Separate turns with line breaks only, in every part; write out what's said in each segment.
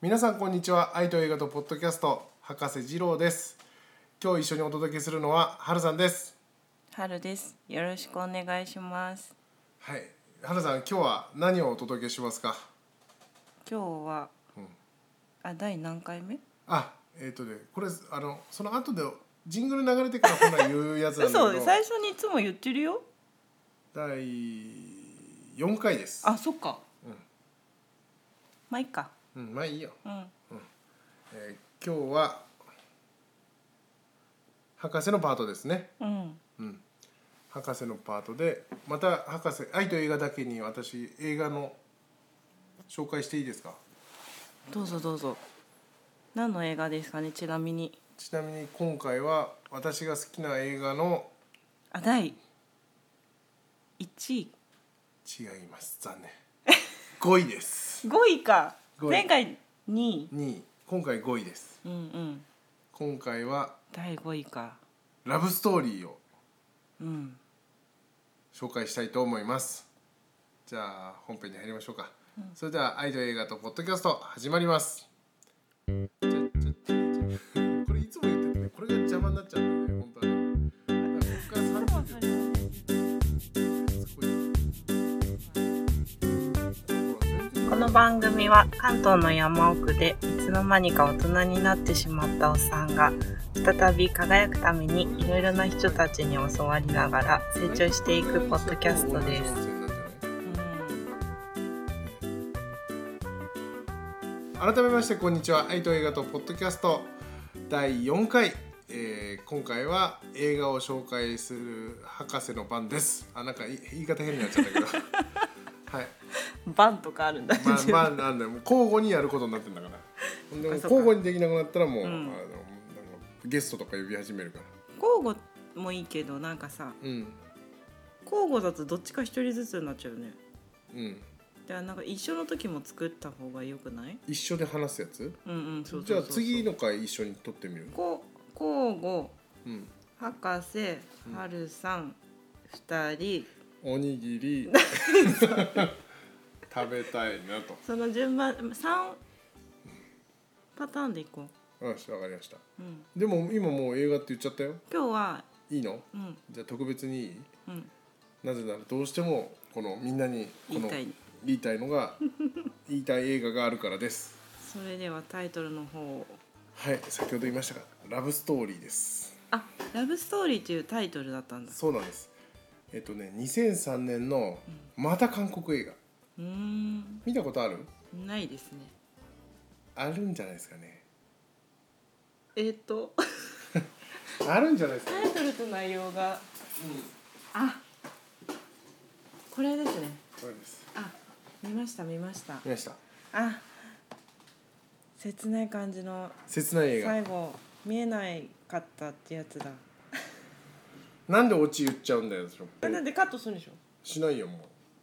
皆さんこんにちは愛と映画とポッドキャスト博士二郎です今日一緒にお届けするのは春さんです
春です。よろしくお願いします。
はい春さん今日は何をお届けしますか
今日は、あ第何回目？
あえっ、とねこれあのその後でジングル流れてから本来言うやつ なんだ
嘘
けど
最初にいつも言ってるよ。
第4回です
あそっか。まあいいか。
うんまあいいよ、
うん。
えー今日は博士のパートですね
うん。
博士のパートでまた博士愛と映画だけに私映画の紹介していいですか
どうぞどうぞ。何の映画ですかねちなみに。
ちなみに今回は私が好きな映画の
あ第一
違
位
います残念5位です
五位か。
五位
前回二位。
2位今回5位です
うんうん。
今回は
第五位か。
ラブストーリーを
うん。
紹介したいと思いますじゃあ本編に入りましょうか、それでは「アイドル映画とポッドキャスト」始まりますこれいつも言っててねこれが邪魔になっちゃうんだよね本当はねだからここから3分ですごい
この番組は関東の山奥でいつの間にか大人になってしまったおっさんが再び輝くためにいろいろな人たちに教わりながら成長していくポッドキャストです。
改めましてこんにちは愛と映画とポッドキャスト第4回、えー今回は映画を紹介する博士の番ですあなんかい言い方変になっちゃった けどはい
バンとかあるんだ。
まあまあなんだよもう交互にやることになってんだからほんでもう
そっか
交互にできなくなったらもう、
うん
あのなんかゲストとか呼び始めるから
交互もいいけどなんかさ
うん
交互だとどっちか一人ずつになっちゃうね。
うん
だからなんか一緒の時も作った方が良くない？
一緒で話すやつ
うんうんそう
じ
そ
ゃ
う
あ
そうそう。
次の回一緒に撮ってみる
こう交互
うん
博士春さん二人。
おにぎ り食べたいなと
その順番3パターンでいこ
よしわかりました
う、うん、
でも今もう映画って言っちゃったよ
今日はい
いの
うん
じゃあ特別にいい
うん
なぜならどうしてもこのみんなにこ
言い
の
たい
言いたいのが言いたい映画があるからです
それではタイトルの方を
はい先ほど言いましたがラブストーリーです
あラブストーリーというタイトルだったんだ
そうなんですえっとね2003年のまた韓国映画
うーん
見たことある
ないですね
あるんじゃないですかね
えっ、と
あるんじゃないですか
タイトルと内容があこれですね
これです
あ見ました見ました
見ました
あ切ない感じの
切ない映画
最後見えないかったってやつだ
なんでオチ言っちゃうんだよそれ
えなんでカットするんでしょ
しないよも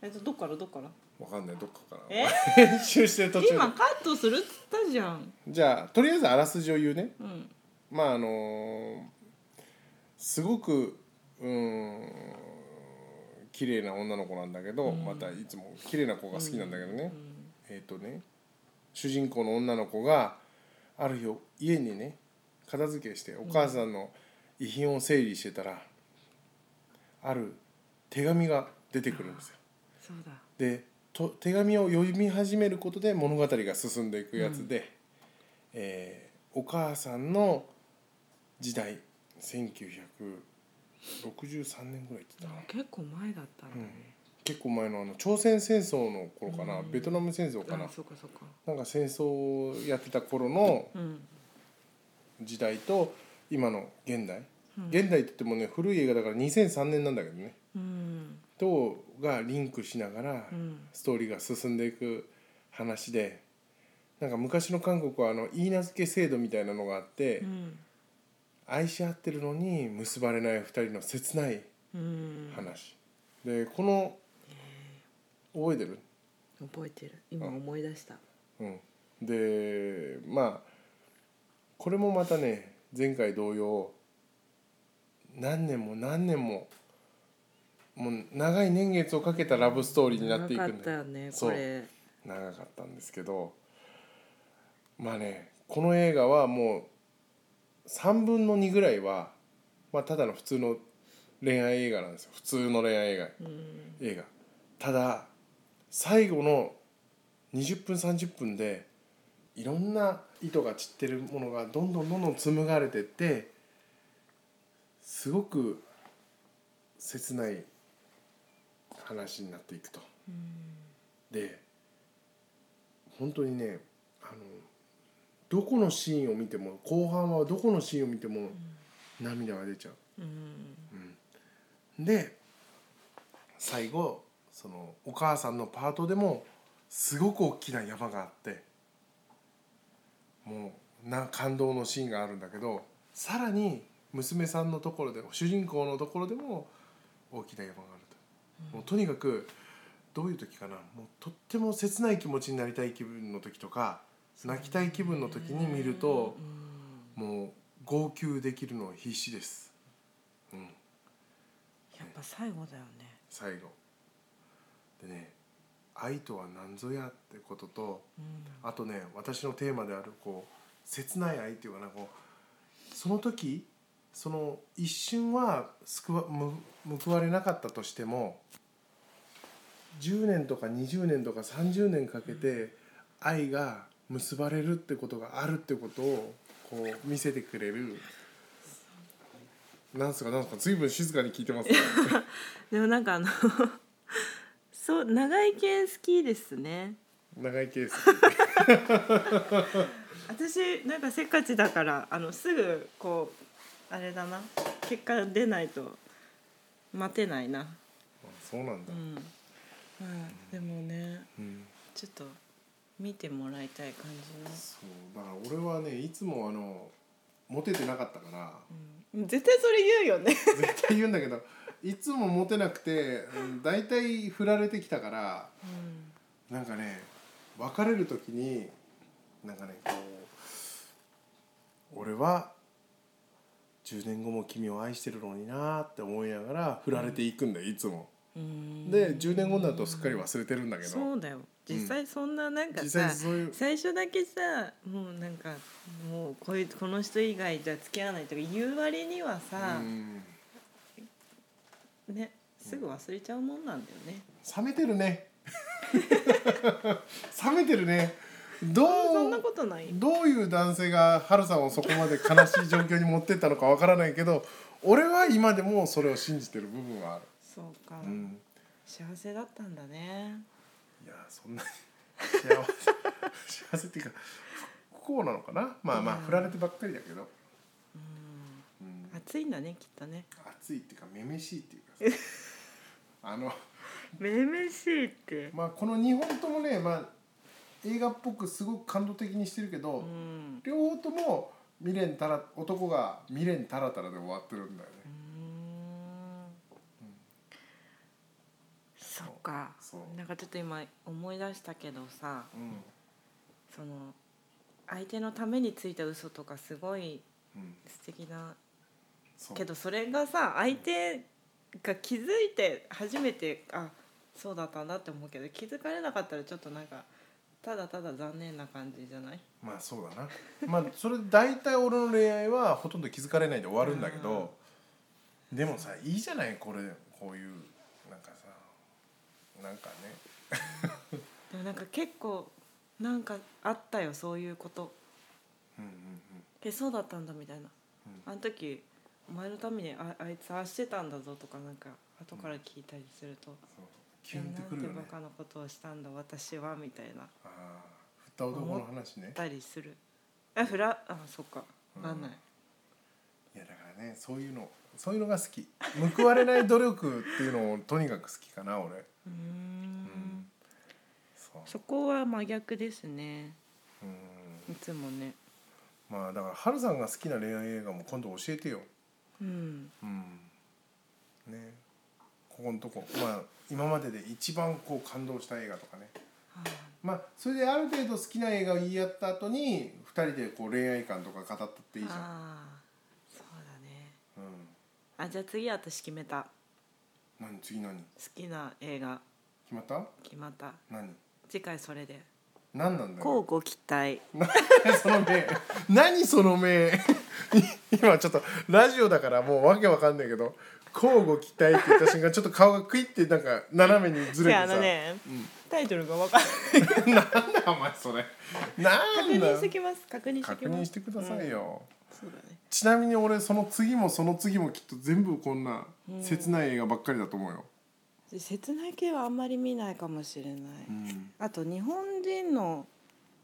えっとどっからどっから
うわかんないどっかから
え
編集してる途中で
今カットするっつったじゃん
じゃあとりあえずあらすじを言うね
うん
まああのーすごくうーん綺麗な女の子なんだけど、
うん
またいつも綺麗な子が好きなんだけどね、
うん
えっ、とね主人公の女の子がある日家にね片付けしてお母さんの遺品を整理してたら、ある手紙が出てくるんですよ。
そうだ
でと手紙を読み始めることで物語が進んでいくやつで、えーお母さんの時代1963年ぐらいって言ったかな、
結構前だった
うん
の、
結構前のあの朝鮮戦争の頃かな、
うん
ベトナム戦争かな、
あそうかそうか
なんか戦争をやってた頃の
うん
時代と今の現代、
うん
現代って言ってもね古い映画だから2003年なんだけどね
うん
とがリンクしながら、
うん
ストーリーが進んでいく話でなんか昔の韓国はあの言い名付け制度みたいなのがあって、
うん
愛し合ってるのに結ばれない2人の切ない
うん
話、でこの覚えてる、
覚えてる今思い出した
うん、でまあこれもまたね前回同様何年も何年ももう長い年月をかけたラブストーリーになっていくんだ
長かったよねこれ
長かったんですけどまあねこの映画はもう3分の2ぐらいは、まあ、ただの普通の恋愛映画なんですよ普通の恋愛映画
うん
映画ただ最後の20分30分でいろんな糸が散ってるものがどんどんどんどん紡がれてってすごく切ない話になっていくと。で本当にねあのどこのシーンを見ても後半はどこのシーンを見ても涙が出ちゃう。
うん
で最後そのお母さんのパートでもすごく大きな山があってもうな感動のシーンがあるんだけどさらに娘さんのところで主人公のところでも大きな山があると、もうとにかくどういう時かなもうとっても切ない気持ちになりたい気分の時とか泣きたい気分の時に見ると、
うん
もう号泣できるのは必死です。うん
やっぱ最後だよね
最後でね「愛とは何ぞや」ってことと
うん
あとね私のテーマであるこう切ない愛っていうかなこうその時その一瞬は救わむ報われなかったとしても10年とか20年とか30年かけて愛が結ばれるってことがあるってことをこう見せてくれる。なんすかなんすか随分静かに聞いてますね。
でもなんかあの そう長い系好きですね
長いケース。
私なんかせっかちだからあのすぐこうあれだな結果出ないと待てないな
あそうなん
う
だ、
ん、はいでもね
うん
ちょっと見てもらいたい感じの
そうだから俺はねいつもあのモテてなかったから
うん絶対それ言うよね
絶対言うんだけどいつもモテなくてうん大体振られてきたからなんかね別れる時になんかねこう俺は10年後も君を愛してるのになーって思いながら振られていくんだよいつも。
うん
で10年後になるとすっかり忘れてるんだけど
そうだよ実際そんななんか
実
さ、
際そういう
最初だけさもうなんかもうこいこの人以外じゃ付き合わないとか言う割にはさ
う、ん
ねすぐ忘れちゃうもんなんだよね、
冷めてるね 冷めてるねどう
そんなことない
どういう男性がハルさんをそこまで悲しい状況に持ってったのかわからないけど俺は今でもそれを信じてる部分はある、
そうか、
うん、
幸せだったんだね
いやそんな幸せ 幸せっていうか不幸なのかなまあまあ
うん
振られてばっかりだけど、
うん
うん、
暑いんだねきっとね
暑いっていうかめめしいっていうかさあの
めめしいって
まあこの2本ともね、まあ、映画っぽくすごく感動的にしてるけど、
うん
両方とも未練たら男が未練たらたらで終わってるんだよ
う
ね
ーんそっか
そう
なんかちょっと今思い出したけどさ
う
その相手のためについた嘘とかすごい
ん、うん、
素敵だ
そう
けどそれがさ相手が気づいて初めてあそうだったんだって思うけど気づかれなかったらちょっとなんかただただ残念な感じじゃない
まあそうだなまあそれで大体俺の恋愛はほとんど気づかれないで終わるんだけどでもさいいじゃないこれこういうなんかさなんかね
でもなんか結構なんかあったよそういうこと
うん
えそうだったんだみたいな
うん
あの時お前のためにああいつああしてたんだぞとかなんか後から聞いたりすると
うんそう
「
キュンってくる
い
よ
やな
ね
んてバカなことをしたんだ私は」みたいな
ああ振った男の話ね
たりするあフラあそっかなんない、
いやだからねそういうのそういうのが好き報われない努力っていうのをとにかく好きかな俺
うー
うんんそう
そこは真逆ですね
うん
いつもね
まあだからハルさんが好きな恋愛映画も今度教えてよ。
うん
うん、ねここのとこまあ今までで一番こう感動した映画とかね
あ
まあそれである程度好きな映画を言い合った後に二人でこう恋愛感とか語ったっていいじゃん。
あーそうだね
うん、
あじゃあ次私決めた好
何次何決
きな映画
まった
決まった
何
次回それで
何なんだろ
こ うご期待
うなその目何その目 今ちょっとラジオだからもうわけわかんないけど交互期待って言った瞬間ちょっと顔がクイってなんか斜めにずれ
で
て
あ
さ
のね、
うん
タイトルがわかんない
なんだ お前それなん
確
だ
認してきます確認して
確
きま
認
す
してくださいよ、
そうだね
ちなみに俺その次もその次もきっと全部こんな切ない映画ばっかりだと思うよ、
で切ない系はあんまり見ないかもしれない、
うん
あと日本人の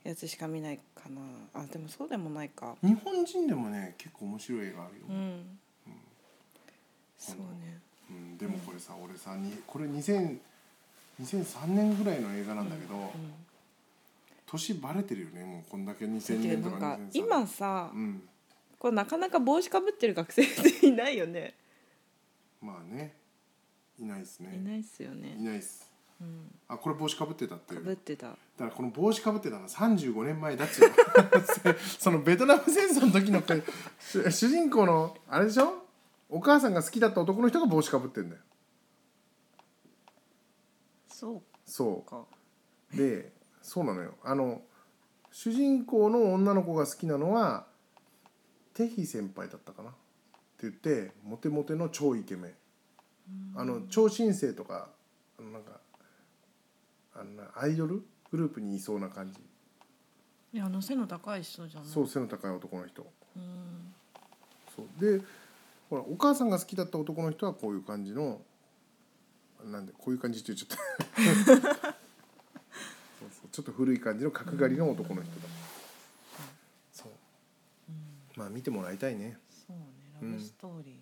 やつしか見ないかなあでもそうでもないか
日本人でもね結構面白い映画あるよ、
うん、そうね
うん、でもこれさ俺さにこれ2000 2003年ぐらいの映画なんだけど、年バレてるよねもうこんだけ2000
だけ
年
ど
と
な
か
ん
2003
か今さ
うん
こうなかなか帽子かぶってる学生っていないよね
まあねいないですね
いないっすよね
いないっす
うん
あこれ帽子かぶってたってい
か
う
ぶってた
だからこの帽子かぶってたのは35年前だっちゅうそのベ トナム戦争の時のこれ主主人公のあれでしょお母さんが好きだった男の人が帽子かぶってんだよ
そう
そ
か
うでそうなのよあの主人公の女の子が好きなのはテヒ先輩だったかなって言ってモテモテの超イケメンあの超新星とかあのなんかあんなアイドルグループにいそうな感じ
いやあの背の高い人じゃない
そう背の高い男の人
うん
そうでほらお母さんが好きだった男の人はこういう感じのなんでこういう感じって言っちゃった そうそうちょっと古い感じの角刈りの男の人だ、そうまあ見てもらいたいね
そうね
う
ラ
ん
ブストーリー、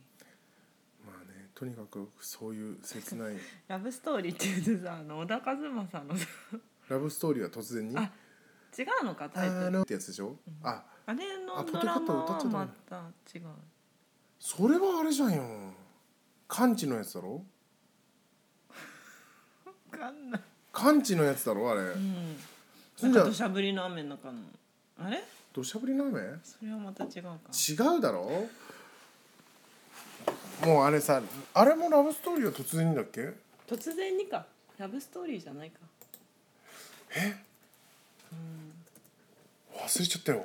まあねとにかくそういう切 ない
ラブストーリーっていうとさあの小田和正さんの さ
ラブストーリーは突然に「
あ違うのかタ
あ
イトル
の」ってやつでしょ、あ
あれ
あポ
の
テ
ド
ト
ラマ
歌っ
は
ちゃダメ
また違う
それはあれじゃんよ完治のやつだろ
分かんない、
完治のやつだろあれ
うん、
それ
なん
じゃ
か
あ
土砂降りの雨の中のあれ
土砂降りの雨
それはまた違うか
違うだろもうあれさあれもラブストーリーは突然にだっけ
突然にかラブストーリーじゃないか
忘れちゃったよ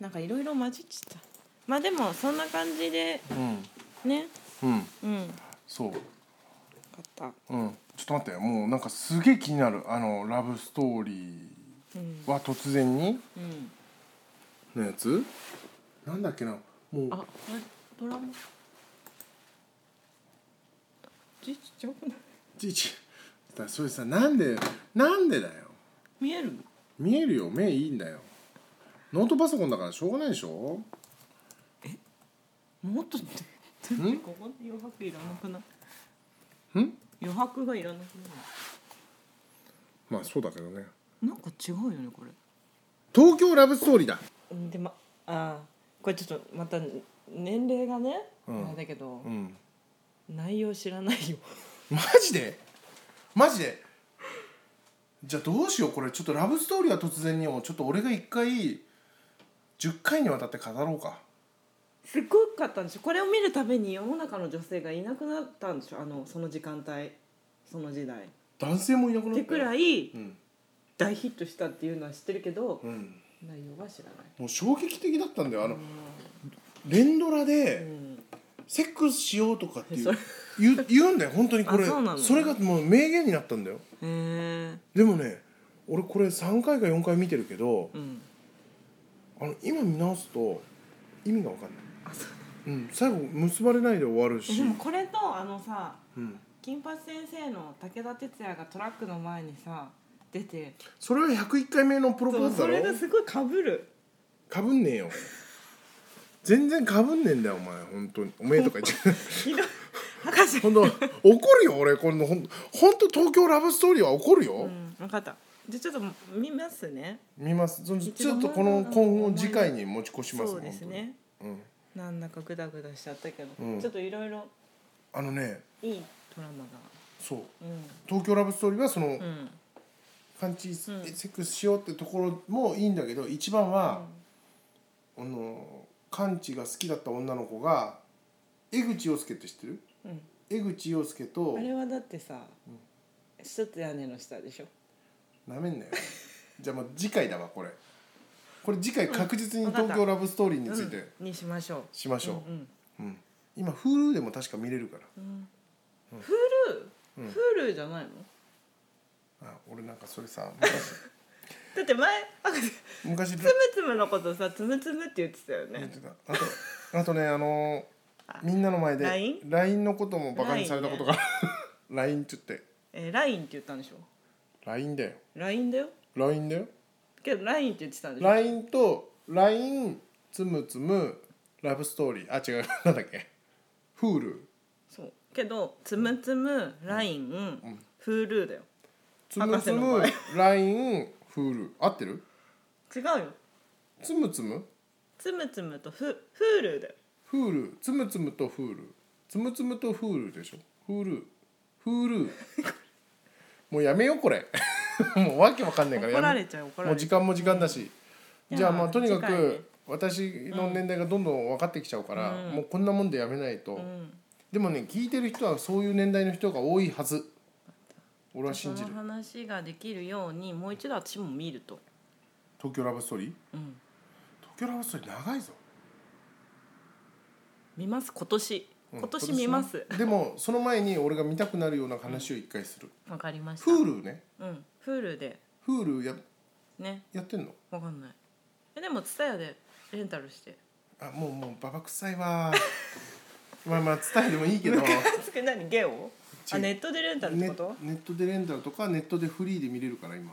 なんかいろいろ混じっちゃったまあでもそんな感じで
うん
ね
うん
うんよか
そう
った
うんちょっと待ってもうなんかすげえ気になるあのラブストーリ
うん
ーは突然に
うん
のやつなんだっけなもう
あこれドラマちっちゃくない
ちいちだからそれさなんでなんでだよ
見える
見えるよ目いいんだよノートパソコンだからしょうがないでしょ
もっとって
ん
なんかここに余白いらなくない
ん
余白がいらなくな
まあそうだけどね
いなんか違うよねこれ
東京ラブストーリーだ
うんでまあーこれちょっとまた年齢がね、
うん
あれだけど、
うん
内容知らないよ
マジでマジでじゃあどうしようこれちょっとラブストーリーは突然にもちょっと俺が一回10回にわたって語ろうか
すごかったんでしょこれを見るために世の中の女性がいなくなったんでしょあのその時間帯その時代っ
男性もいなくなって
くらい
うん、
大ヒットしたっていうのは知ってるけど、
うん、
内容は知らない
もう衝撃的だったんだよあの連ドラ
う
で
ん
セックスしようとかっていう
それ
言う言うんだよ本当にこれ
あそうなの
れがもう名言になったんだよ
へえ
でもね俺これ3回か4回見てるけど
うん
あの今見直すと意味が分かんない、
あそう
うん、最後結ばれないで終わる
え
し
でもこれとあのさ
うん
金八先生の武田鉄矢がトラックの前にさ出て
それは101回目のプロポー
そう
ズだ
それ
ろ
がすごいかぶる
かぶんねえよ全然かぶんねえんだよお前本当におめえとか言って
ひどい博士
本当怒るよ俺この本当東京ラブストーリーは怒るよ、
うん、分かったじゃあちょっと見ますね
見ますその
一
ち
度
ょっとこの今後次回に持ち越します
そうですね
本当に
なんだかグダグダしちゃったけど、
うん
ちょっといろいろ
うん、あのね
いいドラマ
そう
が
東京ラブストーリーはその、
うんうん
パンチセ
うん
ックスしようってところもいいんだけど一番は、あのカンチが好きだった女の子が江口洋介って知ってる
うん、
江口洋介と
あれはだってさ、一つ屋根の下でしょ
なめんなよ じゃあもう次回だわこれこれ次回確実に「東京ラブストーリー」について
にしましょう
しましょ
うんうん
う、うん今 Hulu でも確か見れるから
フル、
うん
フルじゃないの
あ俺なんかそれさ昔
だって前あつむ
昔
つむのことさつむつむって言ってたよ
言っ
ね
てたあとあとねあのーみんなの前で
LINE
LINE のこともバカにされたことが LINE って言って
えー、LINE って言ったんでしょ
LINE だよ
LINE だよ
LINE だよ
けど LINE って言ってたんでしょ
LINE と LINE つむつむラブストーリーあ違うなんだっけ Hulu
そうけどつむつむ LINE、フールだよ
つむつむ
博
LINE Hulu 合ってる
違うよ
つむつむ
つむつむとフフールだよ
Hulu つむつむと Hulu つむつむと Hulu でしょ Hulu Hulu もうやめようこれ もうわけわかんないからや
怒
め
られちゃう怒ら
もう
れち
時
ゃ
間も時間だし、
うん
じゃあま
い
あ
や
とにか
次回ね
く私の年代がどんどん分かってきちゃうから、
うん
もうこんなもんでやめないと、
う、うん、
でもね聞いてる人はそういう年代の人が多いはず俺は
そ
信じ
の
る
話ができるようにもう一度私も見ると、
「東京ラブストーリー」
うん、
「東京ラブストーリー」長いぞ、
見ます今年
うん
今年見ます
今年ねでもその前に俺が見たくなるような話を一回する、
わかりました、
Hulu ね
うん、フールで
Hulu や
ね
やってんの
わかんないえでもツタヤでレンタ ルして
あもうもうババ臭い わまあまあ伝えでもいいけど
つく何ゲオあ
違う
ネットでレンタルって
ネ
こと
ネットでレンタルとかネットでフリーで見れるから今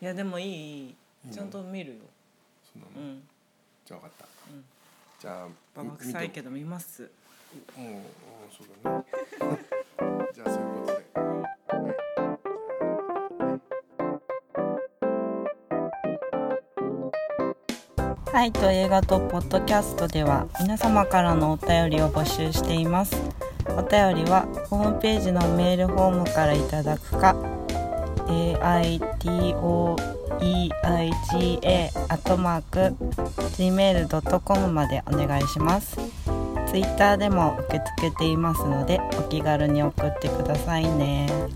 いやでもいいいい
いの
ちゃんと見るよ
そんなの
うん
じゃあ分かった、
うん
じゃあ
ババ臭いけど見ます
どもううんそうだね じゃあそういうことで、はい
はいと映画とポッドキャストでは皆様からのお便りを募集していますお便りはホームページのメールフォームからいただくか aitoeiga アットマーク gmail.com までお願いしますツイッターでも受け付けていますのでお気軽に送ってくださいね